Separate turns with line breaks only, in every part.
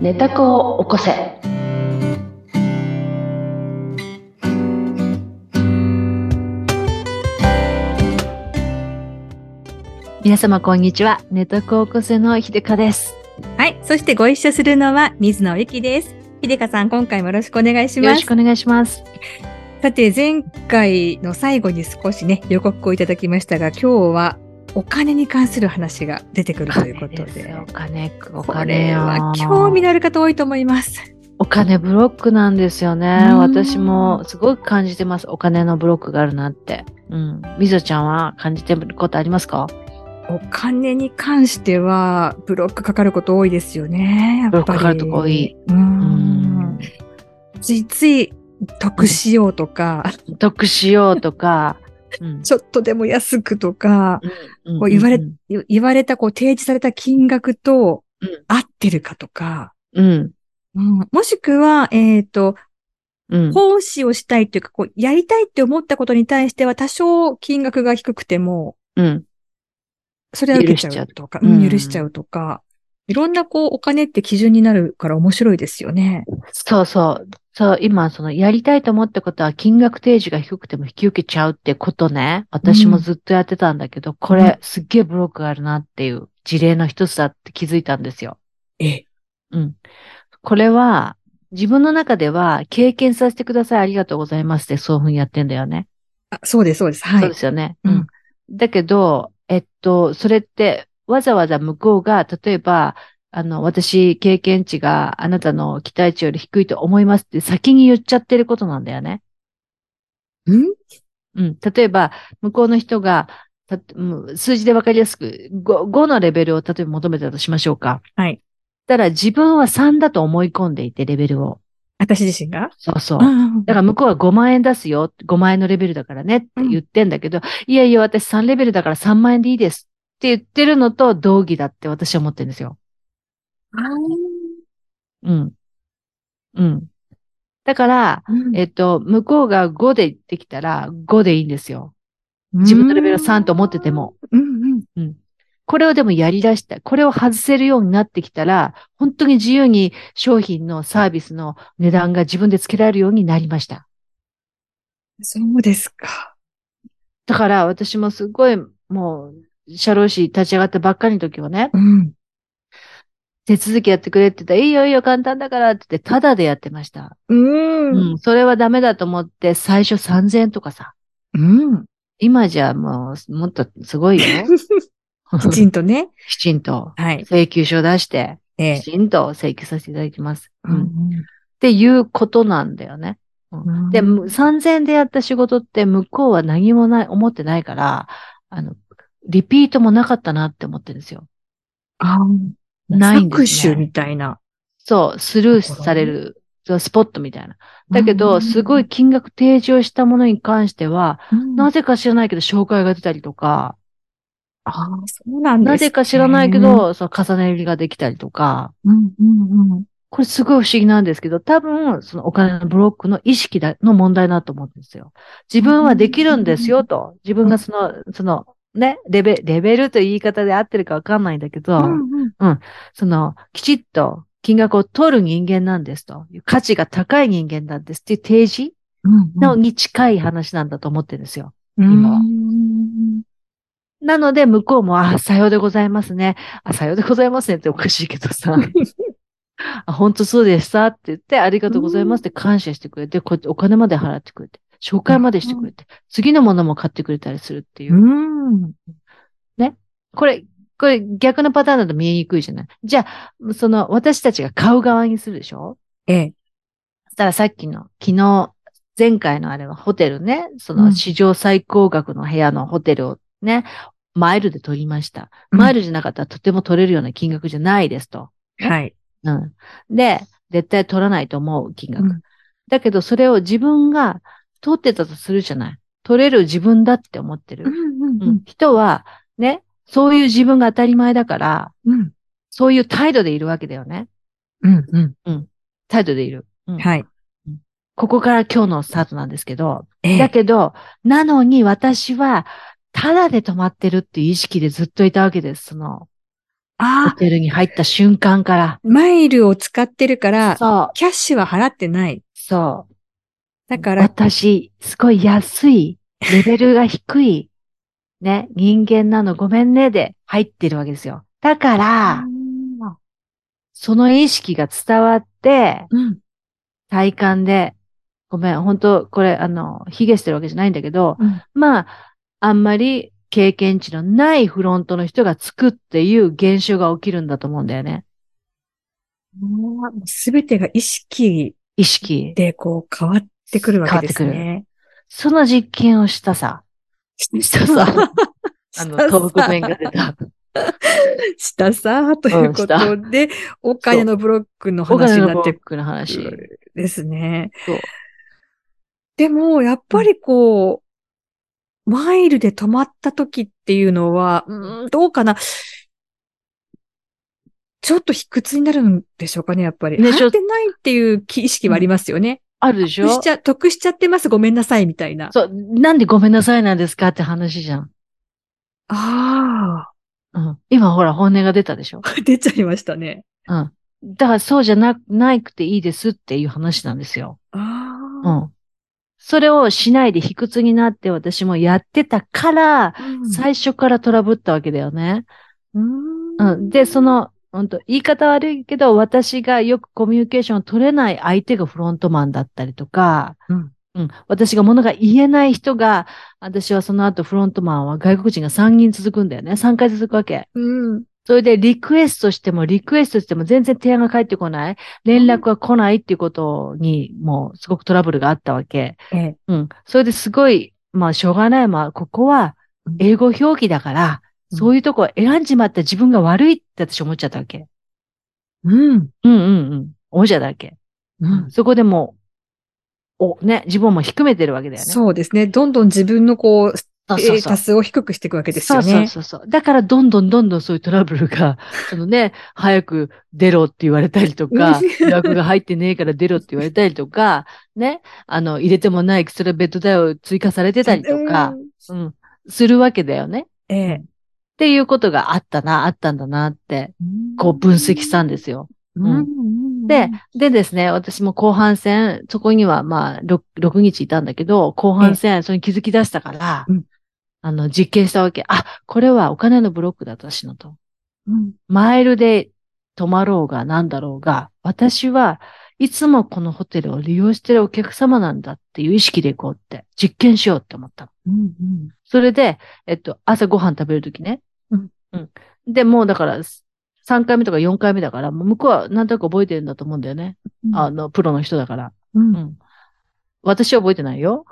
寝た子を起こせ。皆様こんにちは。寝た子を起こせの秀香です。
はい。そしてご一緒するのは水野ゆきです。ひでかさん、今回もよろしくお願いし
よろ
ま
し
す。
くお願いします。
さて、前回の最後に少しね、予告をいただきましたが、今日はお金に関する話が出てくるということ
お金す
で
よ。お金、お
こ
金
れ
よ
は興味のある方多いと思います。
お金ブロックなんですよね
う。ん
私もすごく感じてます。お金のブロックがあるなって。うん。みぞちゃんは感じてることありますか
お金に関しては、ブロックかかること多いですよね。やっぱり
ブロックかかるとこ多い。
う
うんん。。
ついつい得しようとか、
得しようとか、うん
ちょっとでも安くとか、
うん
こう言われ
うん
い言われた、こう、提示された金額と
うん
合ってるかとか、
うん。
うんもしくは、えっ、と、
うん。
奉仕をしたいというか、こう、やりたいって思ったことに対しては、多少金額が低くても、
うん。
それは受けちゃうとか、
許しちゃう
う
うん
ん許しちゃうとか、いろんな、こう、お金って基準になるから面白いですよね。
そうそう。そう、今、その、やりたいと思ったことは、金額提示が低くても引き受けちゃうってことね。私もずっとやってたんだけど、これ、すっげえブロックがあるなっていう事例の一つだって気づいたんですよ。
え、
うん。これは、自分の中では、経験させてください、ありがとうございますって、そういうふうにやってんだよね。
あそうです、そうです。は
そう
い
で。すよね。
うん
うん。だけど、えっと、それって、わざわざ向こうが、例えば、あの、私、経験値があなたの期待値より低いと思いますって先に言っちゃってることなんだよね。
うん
うん。例えば、向こうの人が、たうん数字でわかりやすく5、5のレベルを例えば求めたとしましょうか。
はい。
たら自分は3だと思い込んでいて、レベルを。
私自身が
そうそう。
あ
だから向こうは5万円出すよ、5万円のレベルだからねって言ってんだけど、いやいや、私3レベルだから3万円でいいですって言ってるのと同義だって私は思ってるんですよ。
あ
うん。うん。だから、
ー
えっと、向こうが5で言ってきたら5でいいんですよ。自分のレベルを3と思ってても。
うんうん。
これをでもやり出した、これを外せるようになってきたら、本当に自由に商品のサービスの値段が自分でつけられるようになりました。
そうですか。
だから私もすごいもう、社労士立ち上がったばっかりの時はね、
うん。
手続きやってくれって言ったら、いいよいいよ簡単だからって言って、ただでやってました。
うん
う。ん、それはダメだと思って、最初3000円とかさ。
うん。
今じゃもう、もっとす ごいよ。
きちんとね。
きちんと
はい。
請求書出して、
え
き
え。
ちんと請求させていただきます。
う
うん、っ
ん
ていうことなんだよね。
うん
で、む3000円でやった仕事って向こうは何もない、思ってないから、あの、リピートもなかったなって思ってるんですよ。
あ
ないんです、ね。
搾取みたいな。
そう、スルーされる、そうスポットみたいな。だけ
う
ど、
ん
すごい、金額提示をしたものに関しては、な
な
ぜか知らないけど紹介が出たりとか、
あーそうなんです、
なぜか知らないけ、ど、その重ね売りができたりとか、
うんうんうん、
これすごい不思議なんですけど、多分、そのお金のブロックの意識だ、の問題だと思うんですよ。自分はできるんですよと、自分がその、その、ね、レベ、レベルという言い方で合ってるかわかんないんだけど、
うんうん
その、きちっと金額を取る人間なんですと、価値が高い人間なんですっていう提示
うん
のに近い話なんだと思ってるんですよ。
うん
今は
うん
なので、向こうも、あ、さようでございますね。あ、さようでございますねっておかしいけど さ。あ、本当そうでしたって言って、ありがとうございますって感謝してくれて、こうやってお金まで払ってくれて、紹介までしてくれて、次のものも買ってくれたりするっていうう。
ん
これ、これ逆のパターンだと見えにくいじゃない。じゃあ、その、私たちが買う側にするでしょ
ええ、
そしたらさっきの、昨日、前回のあれはホテルね、そうの
ん
史上最高額の部屋のホテルをね、マイルで取りました。
うん
マイルじゃなかったらとても取れるような金額じゃないですと。
はい。
うん。で、絶対取らないと思う金額。
うん
だけどそれを自分が取ってたとするじゃない。取れる自分だって思ってる。
ん
うん、人は、ね、そういう自分が当たり前だから、
うん
そういう態度でいるわけだよね。
うんうん
態度でいる。うん
はい。
ここから今日のスタートなんですけど、
ええ
だけど、なのに私は、ただで止まってるっていう意識でずっといたわけです。その、ホ
ああ、
テルに入った瞬間から。
マイルを使ってるから、
そう、
キャッシュは払ってない。
そう。
だから、
私、すごい安い、レベルが低い、ね、人間なのごめんねで入ってるわけですよ。だから、その意識が伝わって、
うん。
体感で、ごめん、本当これ、あの、卑下してるわけじゃないんだけど、
うん
まあ、あんまり経験値のないフロントの人がつくっていう現象が起きるんだと思うんだよね。
すべてが意識
意識。
でこう変わってくるわけです
変わ
ね。
その実験をしたさ、
した
さ
さ。
あの、東北弁が出た。
したさ、ということで、お金のブロックの
お
話
金
に
の
な
ブ
っ
ロ
て
ックの話。
ですね
そう。
でも、やっぱりこう、マイルで止まった時っていうのは、うーんどうかな。ちょっと卑屈になるんでしょうかね、やっぱり。
ねち
払
ょ
ってないっていう気意識はありますよね。
あるでしょ
得しちゃ、得しちゃってます、ごめんなさい、みたいな。
そう、なんでごめんなさいなんですかって話じゃん。
あ
うん。今ほら本音が出たでしょ。
あ、出ちゃいましたね。
うん。だからそうじゃな、なくていいですっていう話なんですよ。
あ
う
あ、
ん。それをしないで卑屈になって私もやってたから、
うん
最初からトラブったわけだよね。
う
うん。で、そ、の、うんと、言い方悪いけど、私がよくコミュニケーションを取れない相手がフロントマンだったりとか、
うん。
うん。私が物が言えない人が、私はその後フロントマンは外国人が3人続くんだよね。3回続くわけ。
うん。
それでリクエストしても、リクエストしても全然提案が返ってこない。連絡が来ないっていうことに、もうすごくトラブルがあったわけ。
ええ。
うん。それですごい、まあ、しょうがない。まあ、ここは
うん
英語表記だから、
うん
そういうとこを選んじまった自分が悪いって私思っちゃったわけ。
うん。
うんうんうん。思っちゃったわけ。
うん。
そこでもう、お、ね、自分も低めてるわけだよね。
そうですね。どんどん自分のこう、
そう
えー多数を低くしていくわけですよね。
そうそうそうそう。だから、どんどんどんどんそういうトラブルが、その ね、早く出ろって言われたりとか、
うん
予約が入ってねえから出ろって言われたりとか、ね、あの、入れてもないエクストラベッド代を追加されてたりとか、
うん。
うん、するわけだよね。
ええ
っていうことがあったな、あったんだなって、こう分析したんですよ。
うん。
で、でですね、私も後半戦、そこにはまあ6、6日いたんだけど、後半戦、それに気づき出したから、
うん
あの、実験したわけ。あ、これはお金のブロックだと、私のと。
うん
マイルで泊まろうがなんだろうが、私はいつもこのホテルを利用してるお客様なんだっていう意識で行こうって、実験しようって思ったの。
うんうん
それで、えっと、朝ご飯食べるときね。
うん。
うん。で、もうだから、3回目とか4回目だから、もう向こうはなんとなく覚えてるんだと思うんだよね。
うん
あの、プロの人だから。
うん
うん。私は覚えてない よ。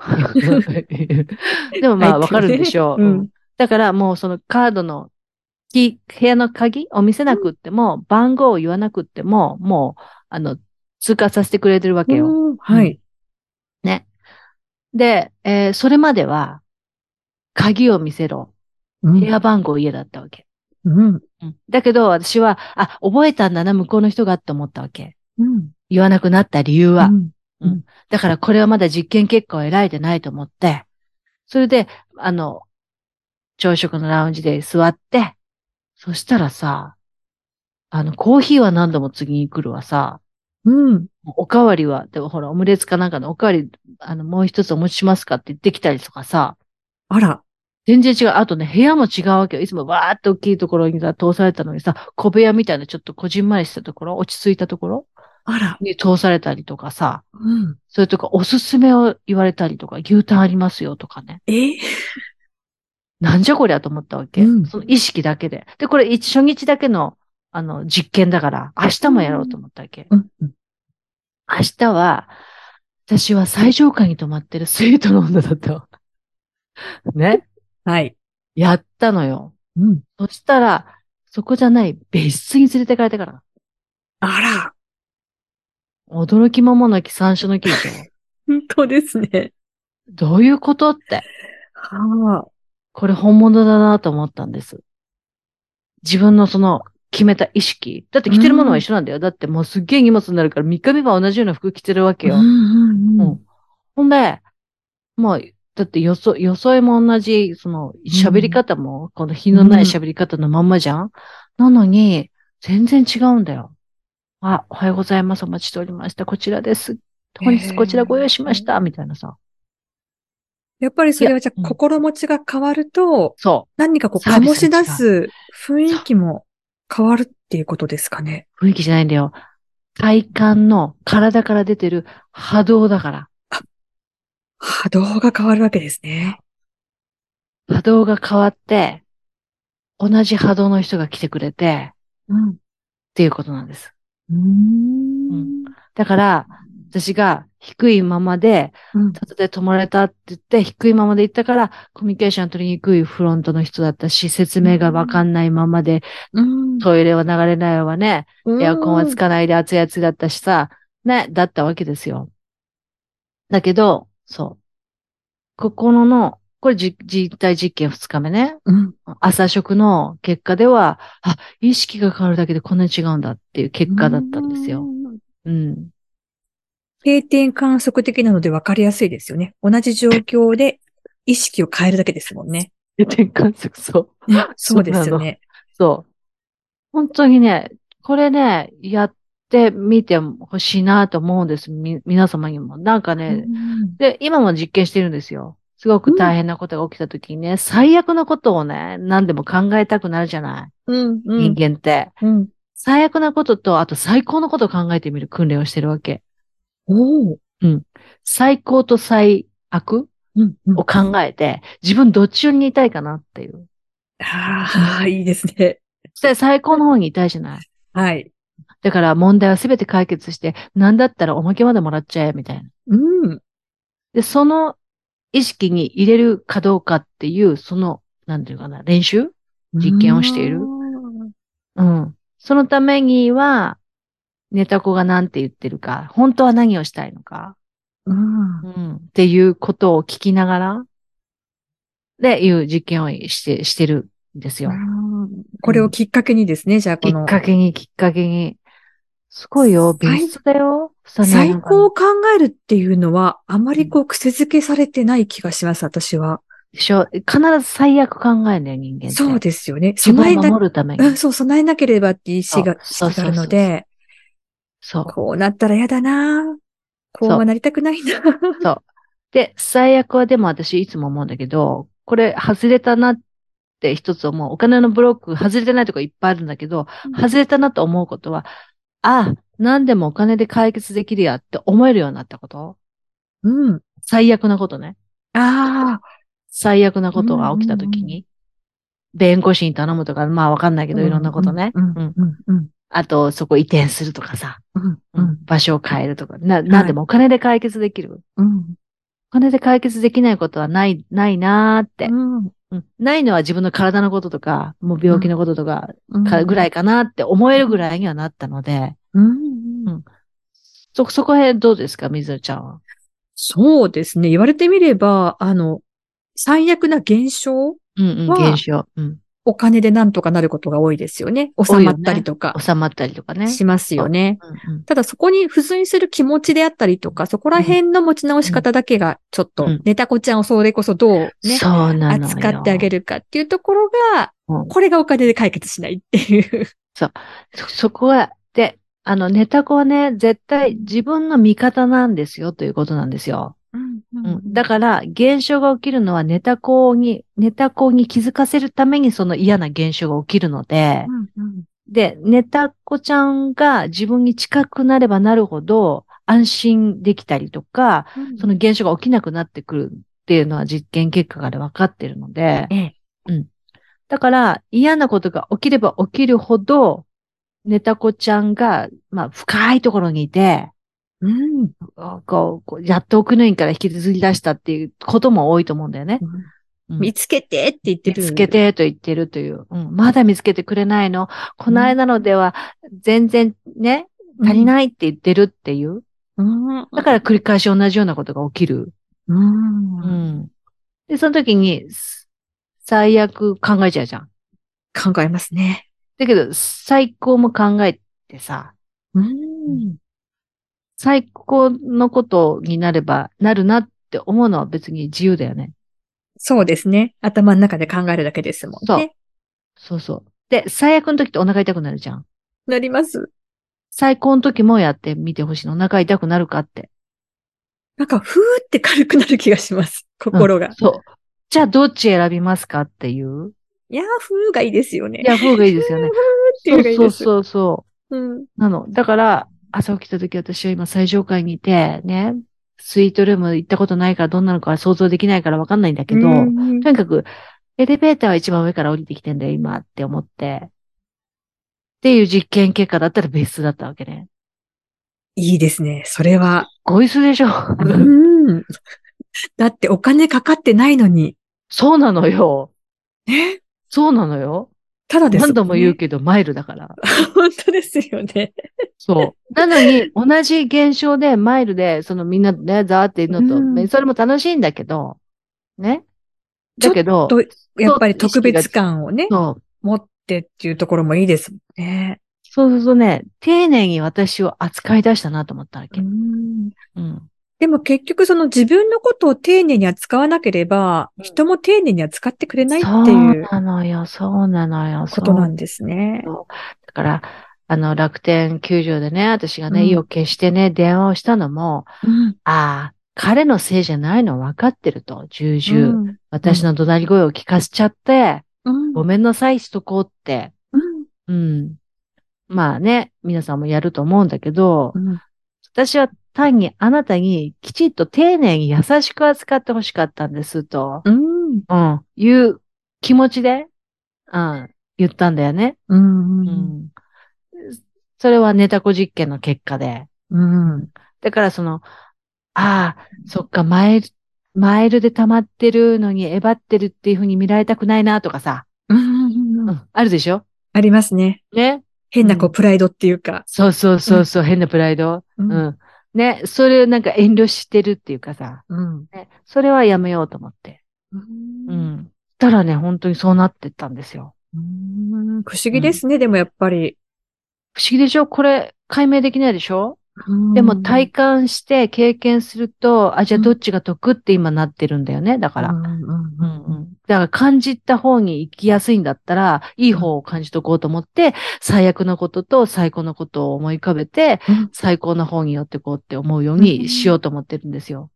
でもまあ、わかるんでしょう。
う
うん
ん。
だからもうそのカードのキー部屋の鍵を見せなくっても、番号を言わなくっても、もう、あの、通過させてくれてるわけよ。
うんはい。
で、えーそれまでは、鍵を見せろ。
うん
部屋番号家だったわけ。
うん。
うんだけど私は、あ、覚えたんだな、向こうの人がって思ったわけ。
うん。
言わなくなった理由は。
うん
だからこれはまだ実験結果を得られてないと思って、それで、あの、朝食のラウンジで座って、そしたらさ、あの、コーヒーは何度も次に来るわさ、
うん。
おかわりは、でもほら、オムレツかなんかのおかわり、あの、もう一つお持ちしますかって言ってきたりとかさ、
あら。
全然違う。あとね、部屋も違うわけよ。いつもわーっと大きいところにさ、通されたのにさ、小部屋みたいなちょっとこじんまりしたところ、落ち着いたところ
あら。
に通されたりとかさ、
うん。
それとか、おすすめを言われたりとか、牛タンありますよとかね。
え
なんじゃこりゃと思ったわけ。
うん
その意識だけで。で、これ、一初日だけの、あの、実験だから、明日もやろうと思ったわけ。
うんうん
明日は、私は最上階に泊まってるスイートの女だったわ。 ね。
はい。
やったのよ。
うん。
そしたら、そこじゃない別室に連れてかれたから。
あら。
驚きももなき三種の木でしょ。
本当ですね。
どういうことって。
はあ。
これ本物だなと思ったんです。自分のその決めた意識。だって着てるものは一緒なんだよ。だってもうすっげえ荷物になるから3日目は同じような服着てるわけよ。
ん
うんほんで、まあ、だってよそ、よそいも同じ、その喋り方も、この日のない喋り方のまんまじゃん、なのに、全然違うんだよ。あ、おはようございます。お待ちしておりました。こちらです。本日こちらご用意しました。みたいなさ。
やっぱりそれはじゃ
い
あ
やうん
心持ちが変わると、
そ
何かこう
サービ
醸
ス
し
が違
出
う
す雰囲気も変わるっていうことですかね。
う。雰囲気じゃないんだよ。体感の体から出てる波動だから。
波動が変わるわけですね。
波動が変わって、同じ波動の人が来てくれて、
うん。
っていうことなんです。
うん。
だから、私が低いままで、
うん。
たとで止まれたって言って、低いままで行ったから、コミュニケーション取りにくいフロントの人だったし、説明がわかんないままで、
うん
トイレは流れないわね、エアコンはつ
か
かないで熱い熱いだったしさ、ね、だったわけですよ。だけど、そう。心の、これじ実体実験二日目ね。
うん。
朝食の結果では、あ、意識が変わるだけでこんなに違うんだっていう結果だったんですよ。
うん。
うん。
定点観測的なので分かりやすいですよね。同じ状況で意識を変えるだけですもんね。
定点観測、 そう。
ねそうですよね。
そう。本当にね、これね、やってみてほしいなと思うんです。み、皆様にも。なんかね、
うん
で、今も実験してるんですよ。すごく大変なことが起きた時にね、最悪のことをね、何でも考えたくなるじゃない。
うん。う
人。
ん
間って。
うん。
最悪なことと、あと最高のことを考えてみる訓練をしてるわけ。
おお。
最高と最悪
うん。うん
を考えて、自分どっち寄りにいたいかなっていう。
ああ、いいですね。
そして最高の方にいたいじゃない。
はい。
だから問題は全て解決して、なんだったらおまけまでもらっちゃえ、みたいな。
うん。
で、その意識に入れるかどうかっていう、その、なんていうかな、練習実験をしている
うん
うん。そのためには、ネタ子が何て言ってるか、本当は何をしたいのか、
うん
うん。っていうことを聞きながら、で、いう実験をして、してるんですよ。
これをきっかけにですね、じゃあ
き
こ
っ
の。
かけに、きっかけに。すごいよ、
最
ベストだよ。
最高を考えるっていうのは、あまりこう癖づけされてない気がします、私は。
でしょ必ず最悪考えるんだよ、人間って。
そうですよね。
自分
備え
を
な、
守るため
う
に
ん。そう、備えなければっていう意思が、意
そう
思があるの
そう
で、
そう。
こうなったら嫌だなこう
そ
は
う
なりたくない な
で、最悪はでも私いつも思うんだけど、これ外れたなって一つ思う。お金のブロック、外れてないとこいっぱいあるんだけど
うん、
外れたなと思うことは、ああ、何でもお金で解決できるやって思えるようになったこと
うん。
最悪なことね。
ああ。
最悪なことが起きたとき
うんうん
に、弁護士に頼むとか、まあわかんないけど、いろんなことね。
うん。うん。うん。
あと、そこ移転するとかさ、
うん。うん。
場所を変えるとか、な、なんでもお金で解決できる。
うん。
お金で解決できないことはない、ないなーって。
うん。
うんないのは自分の体のこととか、もう病気のこととか、
うん。
かぐらいかなって思えるぐらいにはなったので、
うん。うん。
そ、そこへどうですか、水野ちゃんは。
そうですね。言われてみれば、あの、最悪な現象、
うんうん、
は
現象。うん。
お金でなんとかなることが多いですよね。
いよ
収
ね
まったりとか
収まったりとかね。
しますよね。
うんうん
ただそこに付随する気持ちであったりとか、そこら辺の持ち直し方だけが、ちょっと
うん、
ネタ子ちゃんをそれこそどうね、
そうなのよ。
扱ってあげ
る。
るかっていうところが
うん、
これがお金で解決しないっていう。
そ、そこは、で、あの、ネタ子はね、絶対自分の味方なんですよ、ということなんですよ。うん、だ
か
から、現象が起きるのはネタ子に、ネタ子に気づかせるためにその嫌な現象が起きるので、で、ネタ子ちゃんが自分に近くなればなるほど安心できたりとか、その現象が起きなくなってくるっていうのは実験結果から分かってるので、
ええ
うん。だから、嫌なことが起きれば起きるほど、ネタ子ちゃんが、まあ、深いところにいて、
うん
あこう、こうやっと奥の院から引きずり出したっていうことも多いと思うんだよね。うん
見つけてって言って
見
る。
つけ。てと言ってるという、うん。まだ見つけてくれないの。この間のでは、全然ね、足りないって言ってるっていう。
うん。
だから繰り返し同じようなことが起きる。
うん
うん。で、その時に、す最悪考えちゃうじゃん。
考えますね。
だけど、最高も考えてさ、
うん。
最高のことになれば、なるなって思うのは別に自由だよね。
そうですね。頭の中で考えるだけですもんね。
そうそう。で、最悪の時ってお腹痛くなるじゃん。
なります。
最高の時もやってみてほしいの。お腹痛くなるかって。
なんか、ふーって軽くなる気がします。心が。
そう。じゃあどっち選びますかっていう。
いやー、ふーがいいですよね。
いや、方がいいですよ ね。
っていうのがいい
そう
です。
そうそう
うん。
なの。だから、朝起きた時私は今最上階にいて、ね、スイートルーム行ったことないからどんなのか想像できないからわかんないんだけど、
うん
とにかく、エレベーターは一番上から降りてきてんだよ、今って思って。っていう実験結果だったら別室だったわけね。
いいですね。それは。
ごいすでし ょ
うん。だってお金かかってないのに。
そうなのよ。
ね。
そうなのよ。
ただです、
何度も言う
う。
けど、マイルだから。
本当ですよね。
そう。なのに、同じ現象で、マイルで、そのみんなね、ざーって言うのと、
うん
それも楽しいんだけど、ね。だけど、
ちょっやっぱり特別感をね、
そう。
持ってっていうところもいいですもんね。
そうするとね、丁寧に私を扱い出したなと思ったわけ。うん。
でも結局その自分のことを丁寧に扱わなければ、
うん
人も丁寧に扱ってくれない
そう
っていう
なのよ、そうなのよ、
こ
そう
となんですね。
だから、あの、楽天球場でね、私がね、
うん
意を決してね、電話をしたのも、
うん
ああ、彼のせいじゃないの分かってると、重
う
々。
ん
私の怒鳴り声を聞かせちゃって、
うん
ごめんなさいしとこうって。
うん
うん。まあね、皆さんもやると思うんだけど、
うん
私は単にあなたにきちっと丁寧に優しく扱ってほしかったんですと、
うん
うん、いう気持ちで、うん、言ったんだよね。
う
う
ん
んそれはネタコ実験の結果で。
うん
だからその、ああ、そっか、マイル、マイルで溜まってるのにえばってるっていう風に見られたくないなとかさ、
うん
うんあるでしょ
ありますね。
ね
変なこうプライドっていうか。
そうそうそうそう、変なプライド。
う
うんん。ね、それをなんか遠慮してるっていうかさ、
うん
ね、それはやめようと思って。うん。たらね、本当にそうなってったんですよ。
うん不思議ですね、でもやっぱり。
不思議でしょこれ、解明できないでしょでも体感して経験すると、あ、じゃあどっちが得って今なってるんだよね。だから。
う
うん
んうんう
うん
うん
ん、だから感じた方に行きやすいんだったら、いい方を感じとこうと思って、最悪のことと最高のことを思い浮かべて、
うん
最高の方に寄ってこうって思うよう
うん
にしようと思ってるんですよ。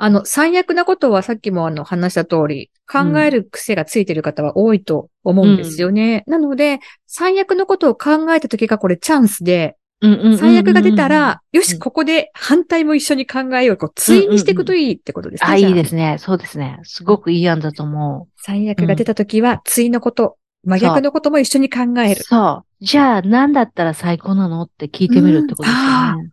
あの、最悪なことはさっきもあの話した通り、考える癖がついてる方は多いと思うんですよね。なので、最悪のことを考えた時がこれチャンスで、
うんうんうんうん
最悪が出た、ら、よ
う
し、
ん
ここで反対も一緒に考えよう。こう、対にしていくといいってことですね。。
あ、いいですすね。そうですね。すごくいい案だと思
最悪が出た時は、対のこと、真逆のことも一緒に考え
う。
る。
そう。じゃあ、何だったら最高なのって聞いてみるってことですよね。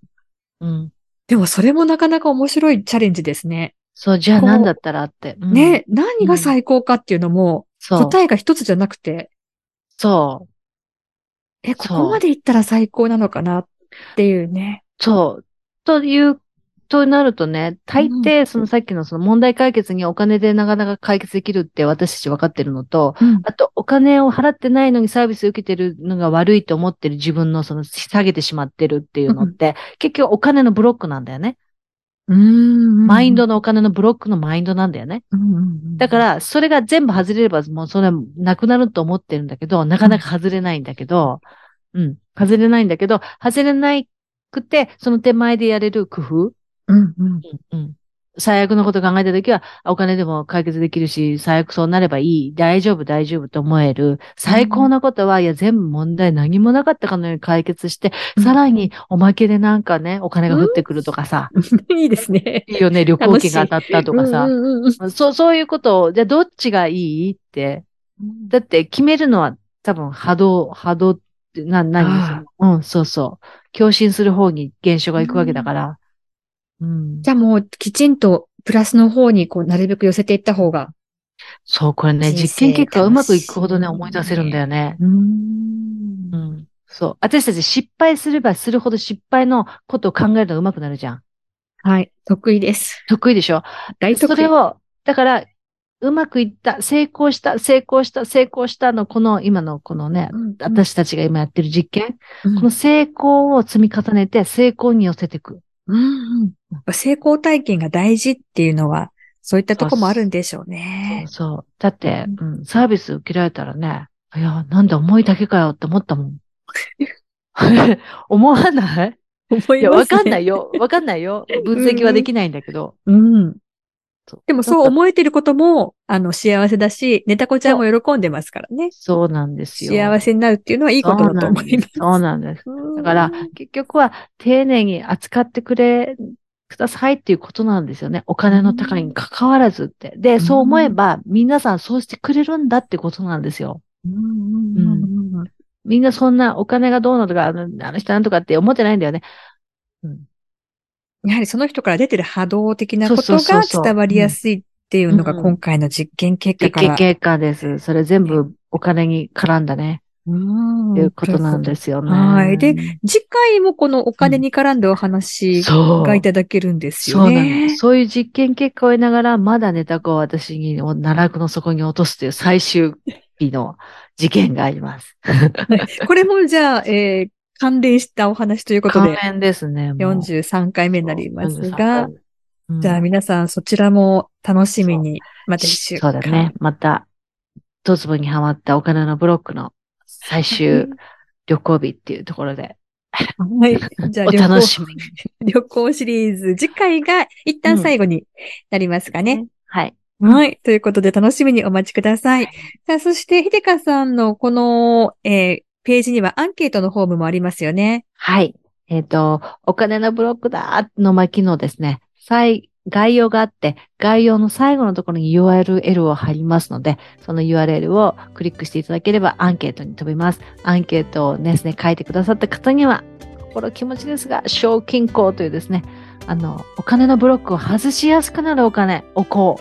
うん。
でも、それもなかなか面白いチャレンジですね。
そう、じゃあ
こう
何だったらって。うん、
ね、何が最高かっていうのも、
そう。
答えが一つじゃなくて、
そう。
え、こ
そ
こ
う
まで行ったら最高なのかなっていうね。
そう。という、となるとね、大抵、そのさっきのその問題解決にお金でなかなか解決できるって私たち分かってるのと、あとお金を払ってないのにサービス受けてるのが悪いと思ってる自分のその下げてしまってるっていうのって、結局お金のブロックなんだよね。
うん、
マインドのお金のブロックのマインドなんだよね。だからら、それが全部外れれば、もうそれはなくなると思ってるんだけど、なかなか外れないんだけど、うん、外れないんだけど、外れないくて、その手前でやれる工夫、
うんうん
うん、最悪のこと考えたときは、あお金でも解決できるし、最悪そうなればいい、大丈夫、大丈夫と思える。最高なことは、いや、全部問題何もなかったかのように解決して、
うん
さらにおまけでなんかね、お金が降ってくるとかさ、
いいですね。
いいよね、旅行券が当たったとかさ
う、んうんうん
そう、そういうことを、じゃあどっちがいいって。だって決めるのは多分波動、波動って、な、
あ
何うん、そうそう。共振する方に現象が行くわけだから。うん。
じゃあもう、きちんと、プラスの方に、こう、なるべく寄せていった方が。
そう、これね、
人生
実験結果がうまくいくほどね、
楽しいね
思い出せるんだよね。
うん
うん。そう。私たち失敗すればするほど失敗のことを考えるのがうまくなるじゃん。
はい。得意です。
得意でしょ
大得
そ
意。
れを、だから、うまくいった、成功した、成功した、成功したの、この、今のこのね、
うんうん、
私たちが今やってる実験、
うん、
この成功を積み重ねて成功に寄せていく。
うんうんやっぱ成功体験が大事っていうのは、そういったとこもあるんでしょうね。
そう。だって、うん、サービス受けられたらね、いや、なんだ、思いだけかよって思ったもん。 思わない
思。
いや、わかんないいよ。わかんないよ。分析はできないんだけど。
うん。
そう
でもそう思えてることも、あの、幸せだし、ネタ子ちゃんも喜んでますからね。
そうなんですよ。
幸せになるっていうのはいいことだと思います。
そうなんです。
うん
だから、結局は丁寧に扱ってくれ、くださいっていうことなんですよね。お金の高いに関わらずって。で、そう思えば、皆さんそうしてくれるんだってことなんですよ。
うんうんうんうん
みんなそんなお金がどうなとか、あのあの人なんとかって思ってないんだよね。
やはりその人から出てる波動的なこ
そ
と
うそう
が
そうそう
伝わりやすいっていうのが
うん
今回の実験結果
月
から。
経経過です。それ全部お金に絡んだね。
うん
っていうことなんですよね。
はいで、次回もこのお金に絡んだお話
そう。
がいただけるんです
そ
よ
うなの。
ね。
そういう実験結果を得ながら、まだネタ子を私に奈落の底に落とすという最終日の事件があります。
これもじゃあ、えー関連したお話ということ
関
で、
連ですね。もう
43回目になります
43
が
回、うん
じゃあ皆さんそちらも楽しみに、また一週
そうだね。。また、ドツボにハマったお金のブロックの最終旅行日っていうところで、
はい。じゃあ
お
旅
楽
行、
しみに。
旅行シリーズ、次回が一
う
旦
ん
最後になりますかね。
はい。
はい。ということで、楽しみにお待ちください。さあ、そして、ひでかさんのこの、えーページにはアンケートのフォームもありますよね。
はい。えっ、と、お金のブロックだの巻のですね、最、概要があって、概要の最後のところに URL を貼りますので、その URL をクリックしていただければアンケートに飛びます。アンケートをですね、書いてくださった方には、心気持ちですが、賞金庫というですね、あの、お金のブロックを外しやすくなるお金、おこ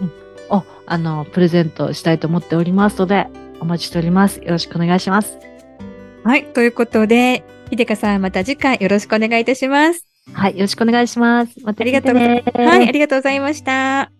う、うん、を、あの、プレゼントしたいと思っておりますので、お待ちしております。よろしくお願いします。
はい。ということで、ひでかさん、また次回よろしくお願いいたします。
はい、よろしくお願いします。また
ありがとう
聞いてね
はい。ありがとうございました。